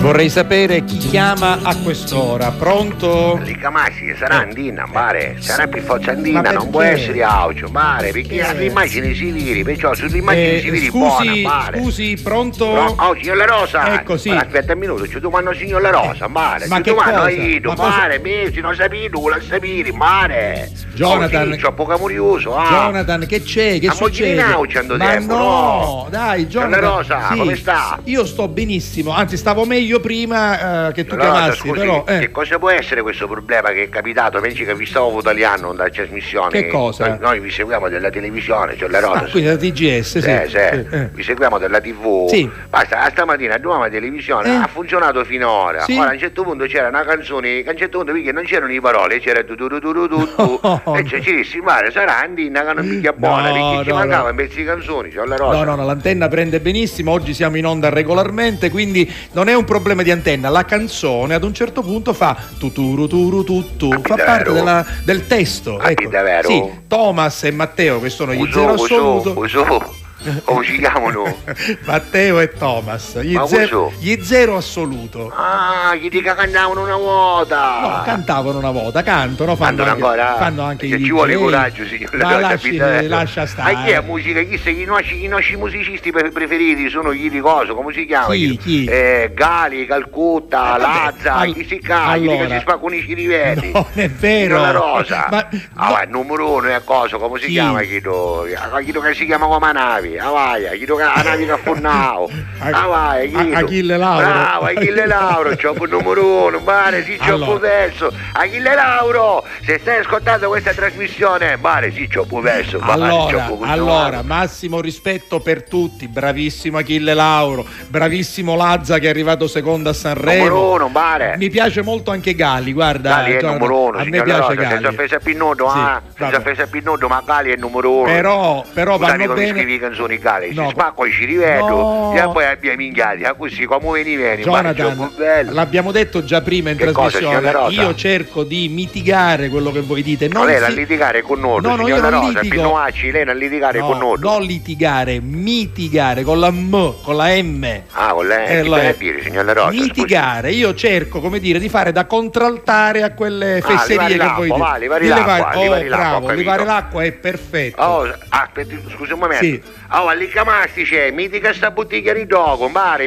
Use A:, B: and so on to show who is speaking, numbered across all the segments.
A: Vorrei sapere chi chiama a quest'ora. Pronto?
B: Ricamacci sarà Andina, mare, sarà più Andina,
A: Eh. Ma
B: non può
A: perché?
B: essere audio, mare, perché
A: Perché?
B: all'immagine si viri, perciò sull'immagine si viri
A: Eh,
B: buona,
A: scusi,
B: mare.
A: scusi, pronto?
B: No, oh, signor La Rosa!
A: Ecco, sì. Eh.
B: Ma aspetta un minuto, ci domando signor La Rosa, mare!
A: Ma
B: ci
A: che
B: domando
A: cosa?
B: io,
A: Ma cosa-
B: mare, mesi, non sapito, non sapere, mare!
A: Jonathan-
B: Oh, sì, c'ho poco curioso, ah!
A: Jonathan, che c'è? Che
B: Ma mo'
A: succede?
B: giri in auge ando
A: Ma
B: tempo,
A: no,
B: no?
A: dai,
B: Signor
A: Jonathan.
B: La Rosa,
A: sì,
B: come sta?
A: Io sto benissimo, anzi stavo meglio prima eh, che tu
B: Signor La Rosa,
A: chiamassi,
B: scusi,
A: però eh,
B: che cosa può essere questo problema che è capitato? Pensi che vi stavo italiano da trasmissione?
A: Che cosa?
B: Noi, noi vi seguiamo dalla televisione, signor La Rosa.
A: ah, quindi la TGS, sì.
B: Sì, sì.
A: eh.
B: vi seguiamo dalla TV.
A: Sì.
B: Basta, a stamattina nuova televisione
A: Eh.
B: ha funzionato finora.
A: Sì.
B: Ora a un certo punto c'era una canzone, che a un certo punto perché non c'erano le parole, c'era tu tu tu tu tu tu
A: No,
B: e
A: no.
B: c'è Cirissi Mare, sarà Andina che non piglia
A: No,
B: buona, perché ci
A: no,
B: mancava
A: no.
B: un pezzo di canzoni, c'ho la rosa.
A: No, no, no, l'antenna prende benissimo, oggi siamo in onda regolarmente, quindi non è un problema di antenna, la canzone ad un certo punto fa tuturu turu tuttu,
B: Ah,
A: fa
B: davvero?
A: parte della- del testo.
B: Ah,
A: ecco.
B: davvero?
A: Sì, Thomas e Matteo che sono gli zero
B: Uso,
A: assoluto.
B: uso, uso, come si chiamano?
A: Matteo e Thomas, gli,
B: Ma
A: zero,
B: uso?
A: gli zero assoluto.
B: Ah, gli dica cantavano una volta.
A: No, cantavano una volta, cantano, fanno
B: Cantano
A: anche,
B: Ah. ancora.
A: fanno anche
B: Perché
A: i
B: ci vuole
A: DJ.
B: coraggio, signor.
A: Ma
B: Lo
A: lasci,
B: capite?
A: lascia stare.
B: Ma chi è musica? Chi sono i nostri, i nostri musicisti pre- preferiti? Sono gli di coso, come si chiama?
A: Chi, chi?
B: Eh, Gali, Calcutta,
A: Eh, vabbè,
B: Ah, Lazza,
A: all-
B: chi si caglia,
A: allora.
B: chi si spaccano i cirivelli.
A: Non è vero.
B: La rosa.
A: Ma-
B: Ah,
A: no.
B: vai, numero uno è coso, come si
A: Chi?
B: chiama Chito? Ah, Chito che si chiama come navi, ah vai, Chito che la navi che ha fornato.
A: Ach-
B: Ah vai,
A: A-
B: Chito.
A: Achille Lauro.
B: Bravo, Achille Lauro, c'ho il numero uno, mare, sì, c'ho
A: Allora.
B: allora. verso. Achille Lauro, se stai ascoltando questa trasmissione, mare, sì, c'ho verso.
A: Allora, allora, massimo rispetto per tutti, bravissimo Achille Lauro, bravissimo Lazza che è arrivato secondo a
B: numero
A: Sanremo.
B: uno, mare.
A: Mi piace molto anche Gali, guarda.
B: Gali è il
A: Giorgio,
B: numero uno,
A: a me
B: signor
A: piace
B: Rosa, senza
A: Gali.
B: offesa a Pinnodo,
A: Sì,
B: ah,
A: vabbè.
B: senza offesa a Pinnodo, ma Gali è il numero uno.
A: Però, però
B: Scusate
A: vanno
B: come
A: bene.
B: scrivi canzoni Gali,
A: No.
B: si spacco i cirivello
A: No.
B: e poi abbiamo minchiati, ah, così come veni vieni, mare, c'ho
A: Jonathan,
B: pure bello.
A: l'abbiamo detto già prima in
B: Che cosa,
A: trasmissione,
B: signora Rosa?
A: io cerco di mitigare quello che voi dite.
B: Non lei non
A: si-
B: litigare con noi,
A: No, no, io
B: signora
A: non
B: Rosa,
A: litigo.
B: Pinoacci, lei non litigare
A: No,
B: con noi.
A: non litigare, mitigare con la M, con la M.
B: Ah, con lei,
A: Eh,
B: che
A: lo
B: deve
A: è.
B: dire, signora Rosa? scusi.
A: Mitigare, io cerco come dire di fare da contraltare a quelle
B: Ah,
A: fesserie
B: levare
A: che
B: l'acqua,
A: voi dite.
B: va, levare
A: Di
B: l'acqua,
A: levare- oh,
B: levare l'acqua, ho
A: bravo,
B: capito.
A: levare l'acqua è perfetto.
B: Oh, aspetti, scusi un momento.
A: Sì.
B: Oh, all'incamasti c'è, mitica sta bottiglia di dogo, mare,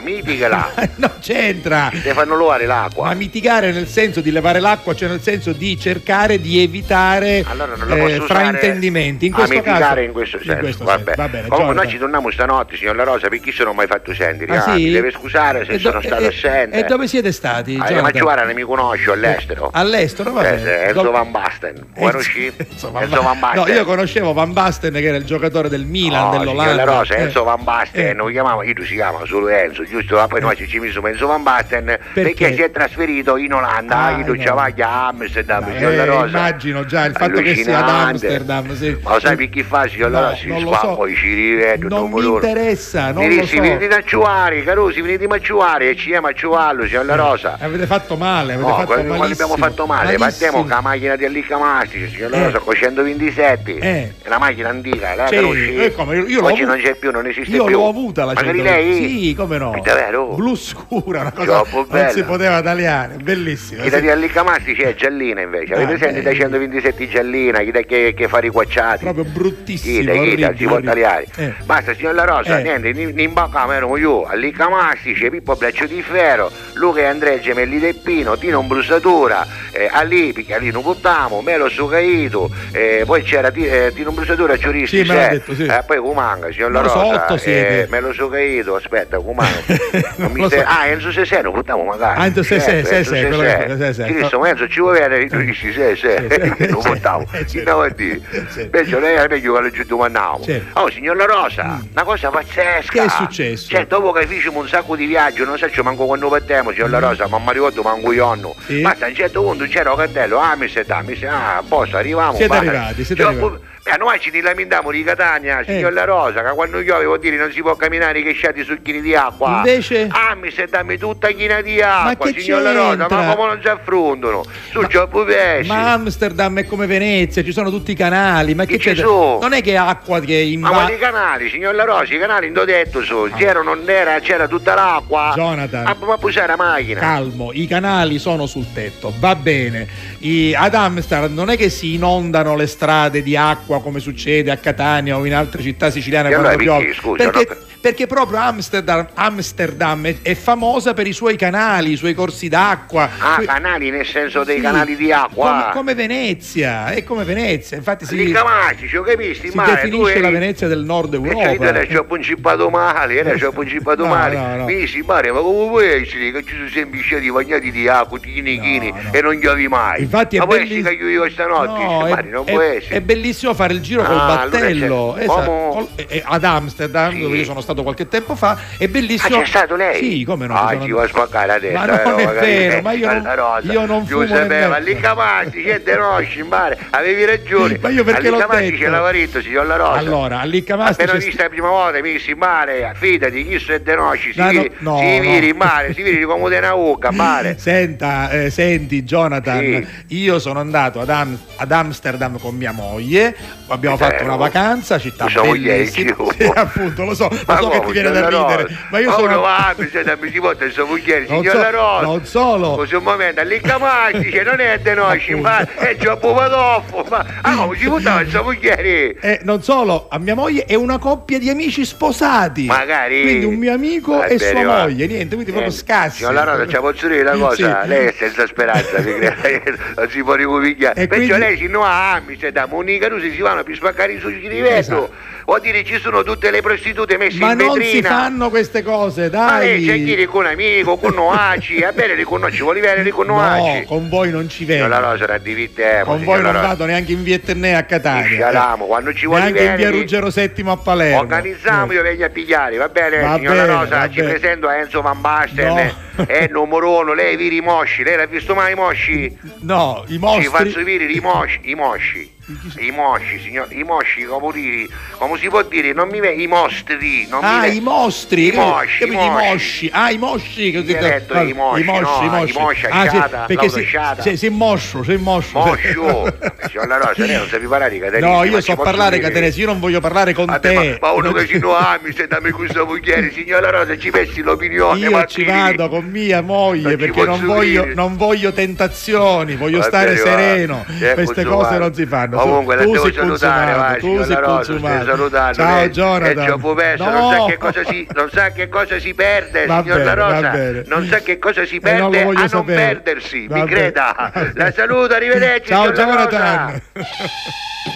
B: mitigala.
A: non c'entra.
B: Te fanno luare l'acqua.
A: Ma mitigare nel senso di levare l'acqua, cioè nel senso di cercare di evitare
B: Allora non la
A: eh,
B: posso usare
A: fraintendimenti. In
B: a
A: questo
B: mitigare
A: caso,
B: in questo senso.
A: senso.
B: vabbè.
A: Va bene,
B: Comunque
A: Jonathan.
B: noi ci torniamo stanotte, signor La Rosa, perché sono mai fatto sentire.
A: Ah,
B: ah,
A: sì?
B: Mi deve scusare se
A: E
B: sono
A: do-
B: stato
A: e-
B: assente.
A: E dove siete stati? Eh,
B: Ah,
A: Jonathan?
B: ma Giovanna non mi conosce all'estero.
A: All'estero, va
B: Eh,
A: bene.
B: eh, Enzo
A: Do-
B: Van Basten.
A: Enzo-
B: Conosci?
A: Enzo Van
B: Enzo Van
A: Ba-
B: Basten.
A: No, io conoscevo Van Basten che era il giocatore del Milan,
B: No,
A: dell'Olanda.
B: signor La Rosa,
A: Eh.
B: Enzo Van Basten,
A: Eh.
B: non lo chiamava, io si chiama solo Enzo, giusto? Ah, Poi noi ci ci messo Enzo Van Basten perché?
A: Perché
B: si è trasferito in Olanda,
A: Ah,
B: io
A: in
B: c'avaglia a Amsterdam,
A: Dai,
B: signor La
A: eh,
B: Rosa.
A: immagino già il fatto che sia ad
B: Allucinante.
A: Amsterdam, sì.
B: Ma lo sai per chi fa, signor La
A: No,
B: Rosa? Si
A: non lo
B: sfa,
A: so.
B: poi ci eh, rivedo,
A: Non mi
B: numero uno.
A: interessa, non lo
B: Venissi,
A: so.
B: venite a Ciuari, Carusi, venite a Ciuari e ci chiama a Ciuarlo, signor La Rosa.
A: Avete fatto male, Eh. avete
B: No,
A: fatto
B: quello- quello
A: malissimo.
B: abbiamo fatto male,
A: Malissimo.
B: partiamo con la macchina di Allicca Mastici, signor
A: Eh.
B: La Rosa, con 127.
A: Eh.
B: È una macchina antica, la
A: Sì,
B: conosci?
A: eh, come, io- io l'ho
B: Ah, Oggi
A: avuta.
B: non c'è più, non esiste
A: Io
B: più.
A: l'ho avuta la
B: Magari
A: 120.
B: lei?
A: Sì, come no?
B: Ma davvero?
A: Blu scura, una cosa
B: Troppo
A: non
B: bella.
A: si poteva tagliare, bellissima.
B: Chi da
A: eh, sì.
B: di Allicca Mastici è Giallina invece,
A: Ah,
B: avete presente
A: eh.
B: dai 127 Giallina, chi da che, che fa riquacciati?
A: Proprio bruttissimo,
B: Chi da chi da,
A: orribile,
B: si può
A: orribile.
B: tagliare.
A: Eh.
B: Basta signor La Rosa,
A: Eh.
B: niente, in, in bocca a me ero io, Allicca Mastici, Pippo Braccio di Ferro, Luca e Andrea Gemelli Teppino, Tino Brusatura, eh, Ali, perché Ali non buttamo, Melo Sucaito, eh, poi c'era Ti- eh, Tino Brusatura, Giuristi,
A: Sì, me l'ha detto, sì.
B: eh, poi Cumanga, signor La
A: Non lo so,
B: Rosa,
A: otto siete.
B: eh, Melo Sucaito, aspetta, Cumanga.
A: Non
B: Non mi
A: lo
B: inter-
A: so.
B: Ah, Enzo Sesè, non buttamo magari.
A: Ah, Enzo Sesè,
B: Certo, Enzo
A: Sesè, quello che- Sesè. Eh.
B: Chi Cristo, ma Enzo ci vuole vedere, tu dici sì,
A: Sì,
B: sì, lo
A: sì.
B: portavo.
A: Eh, certo.
B: Stavo a dire.
A: Certo.
B: Perciò lei era meglio che lo giù domandavo.
A: Certo.
B: Oh, signor La Rosa, una cosa pazzesca.
A: Mm. Che è successo?
B: Cioè, dopo che facciamo un sacco di viaggio, non so manco quando partiamo, signor La Rosa, ma mi ricordo manco io anno.
A: Mm. Sì.
B: Basta, a un certo punto c'era un cartello, ah, mi sei da, mi sei, ah, a posto, arriviamo.
A: Siete
B: basta.
A: arrivati, siete
B: Cioè,
A: arrivati. Eh.
B: pu- Beh, noi ci lamentiamo di Catania, signor La Rosa, che quando piove vuol dire non si può camminare che sciati succhini di acqua. "Ah,
A: Invece-
B: Ammi se dammi tutta china di acqua,
A: che
B: signor La Rosa,
A: c'entra?
B: ma come non ci affrontano? Su già pesci.
A: Ma Amsterdam è come Venezia, ci sono tutti i canali, ma che
B: Che ci
A: c'è?
B: sono?
A: Non è che è acqua che
B: Ma quali
A: invade.
B: canali, signor La Rosa, i canali in detto so,
A: Ah.
B: c'era non era, c'era tutta l'acqua.
A: Jonathan.
B: Ah, ma poi c'era la macchina.
A: Calmo, i canali sono sul tetto, va bene. I- ad Amsterdam non è che si inondano le strade di acqua come succede a Catania o in altre città siciliane
B: E allora
A: quando piove.
B: perché, scusa,
A: perché,
B: no?
A: perché proprio Amsterdam, Amsterdam è, è famosa per i suoi canali, i suoi corsi d'acqua.
B: Ah,
A: Que-
B: canali nel senso dei
A: Sì,
B: canali di
A: Come,
B: acqua.
A: come Venezia, è come Venezia, infatti si,
B: Li camaci, ci ho capito,
A: si
B: ma
A: definisce
B: tu
A: la
B: eri-
A: Venezia del nord
B: E cioè,
A: Europa.
B: io ci ho principato male, io ci ho principato
A: No,
B: male.
A: no, no.
B: Mi dici, Mario, ma come puoi essere che ci sono sempre sciati bagnati di acqua, tutti i chinichini,
A: No, no.
B: e non giovi mai?
A: Infatti è
B: ma puoi
A: belliss-
B: essere che io io stanotte?
A: No,
B: Dici,
A: è,
B: Mario, non
A: è-
B: può essere.
A: è bellissimo fare il giro col
B: Ah, allora
A: battello.
B: c'è-
A: esatto.
B: Como-
A: Col- e- e- ad Amsterdam,
B: Sì.
A: dove io sono stato qualche tempo fa, è
B: Ah,
A: bellissimo.
B: c'è stato lei?
A: Sì, come no?
B: Ah,
A: sono-
B: ci vuoi spaccare la testa.
A: Ma non
B: eh,
A: è
B: magari,
A: vero,
B: eh,
A: ma io
B: Santa
A: non,
B: Rosa.
A: io non fumo
B: Lo sapeva,
A: nemmeno.
B: lì Camanti, c'è De Rossi in mare, avevi ragione.
A: Ma io perché
B: Lì
A: l'ho
B: Camanti
A: detto?
B: c'è l'avarizzo, signor La Rosa.
A: Allora, a Liccamasti
B: Appena
A: c'è
B: vista la prima volta, mi dissi in mare, fidati, chi se De Rossi, si,
A: No, no,
B: viri-
A: no,
B: si
A: no.
B: viri in mare, si viri come una ucca, mare.
A: Senta, eh, senti Jonathan,
B: Sì.
A: io sono andato ad, Am- ad Amsterdam con mia moglie, abbiamo
B: Eh,
A: fatto una
B: no.
A: vacanza, città
B: Siamo gli
A: bellissima.
B: elfi,
A: Sì,
B: oh.
A: appunto, lo so, lo so che ti
B: come,
A: viene da
B: signor La Rosa?
A: ridere, ma io
B: uno
A: sono
B: va, mi sento a Misipotto e sono Fuglieri,
A: Non
B: signor
A: so-
B: La Rosa.
A: non solo.
B: Così un momento, lì Camanti, dice, non è De Rossi in mare, è Gio Popadoffo, ma... Ah, come si buttava il Fuglieri?
A: Eh, non solo, a mia moglie è una coppia di amici sposati.
B: Magari.
A: Quindi un mio amico
B: Va
A: e
B: bene,
A: sua
B: va.
A: moglie, niente, quindi proprio
B: Niente.
A: scassi.
B: Signor La Rosa, ci posso dire una cosa?
A: Sì.
B: Lei è senza speranza, mi creda, non si può ricomigliare.
A: E
B: Perciò
A: quindi-
B: lei si no a Ami, se da Monica Rusi si vanno per spaccare i sushi di vetro.
A: Esatto.
B: Vuol dire ci sono tutte le prostitute messe
A: Ma
B: in
A: non
B: vetrina.
A: si fanno queste cose,
B: Ma
A: dai.
B: lei c'è chi con un amico, con Noaci, va bene, riconosci, vuol dire
A: No,
B: riconosci.
A: con voi non ci vengo.
B: Signor La Rosa, la divitiamo.
A: con voi non vado neanche in Vietnè a Catania.
B: Ci scialamo, quando ci vuoi
A: Neanche in via
B: venire.
A: Ruggero VII a Palermo.
B: Organizziamo, io vengo a pigliare, va bene,
A: Va
B: signora
A: bene, va
B: Rosa, ci
A: bene.
B: presento a Enzo Van Basten,
A: No.
B: eh, è numero uno, lei viri i mosci, lei l'ha visto mai i mosci?
A: No, i
B: Ci faccio
A: mostri.
B: vedere i mosci, i mosci, i mosci, signor, i mosci, come, dire- come si può dire, non mi ve- i mostri, non
A: Ah,
B: mi ve-
A: i mostri,
B: i mosci,
A: capito? i mosci, ah, i mosci, così-
B: Mi ha detto i mosci, no, i mosci,
A: Ah, sì,
B: asciata,
A: perché
B: l'auto
A: si,
B: asciata.
A: si, si è moscio, si è moscio.
B: Moscio, signor La Rosa, lei non sa più parlare catenese.
A: No,
B: ma
A: io
B: ci
A: so
B: posso
A: parlare
B: dire?
A: catenese, io non voglio parlare con
B: Vabbè,
A: te.
B: ma, ma uno che ci no ami, se dammi questo bicchiere, signora Rosa, ci messi l'opinione,
A: Io ci
B: Martini.
A: vado con mia moglie
B: Non ci
A: perché non
B: posso
A: voglio,
B: dire.
A: non voglio tentazioni, voglio
B: Va
A: stare
B: bene, va.
A: sereno.
B: Eh,
A: Queste
B: consumato.
A: cose non si fanno. Tu-
B: Comunque, la
A: tu
B: devo
A: sei
B: salutare,
A: consumato,
B: vai,
A: tu
B: signora
A: sei
B: Rosa,
A: consumato.
B: stai salutando,
A: Ciao
B: lei.
A: Jonathan.
B: Eh, Giovo Peso, non sa che cosa si, non sa che cosa si perde,
A: Va
B: signor
A: bene,
B: La
A: va
B: Rosa.
A: bene.
B: Non sa che cosa si
A: E non lo
B: perde a
A: voglio
B: non
A: sapere.
B: perdersi,
A: Va
B: mi
A: bene,
B: creda.
A: va bene.
B: La saluto, arrivederci,
A: Ciao
B: signor La Rosa.
A: Jonathan.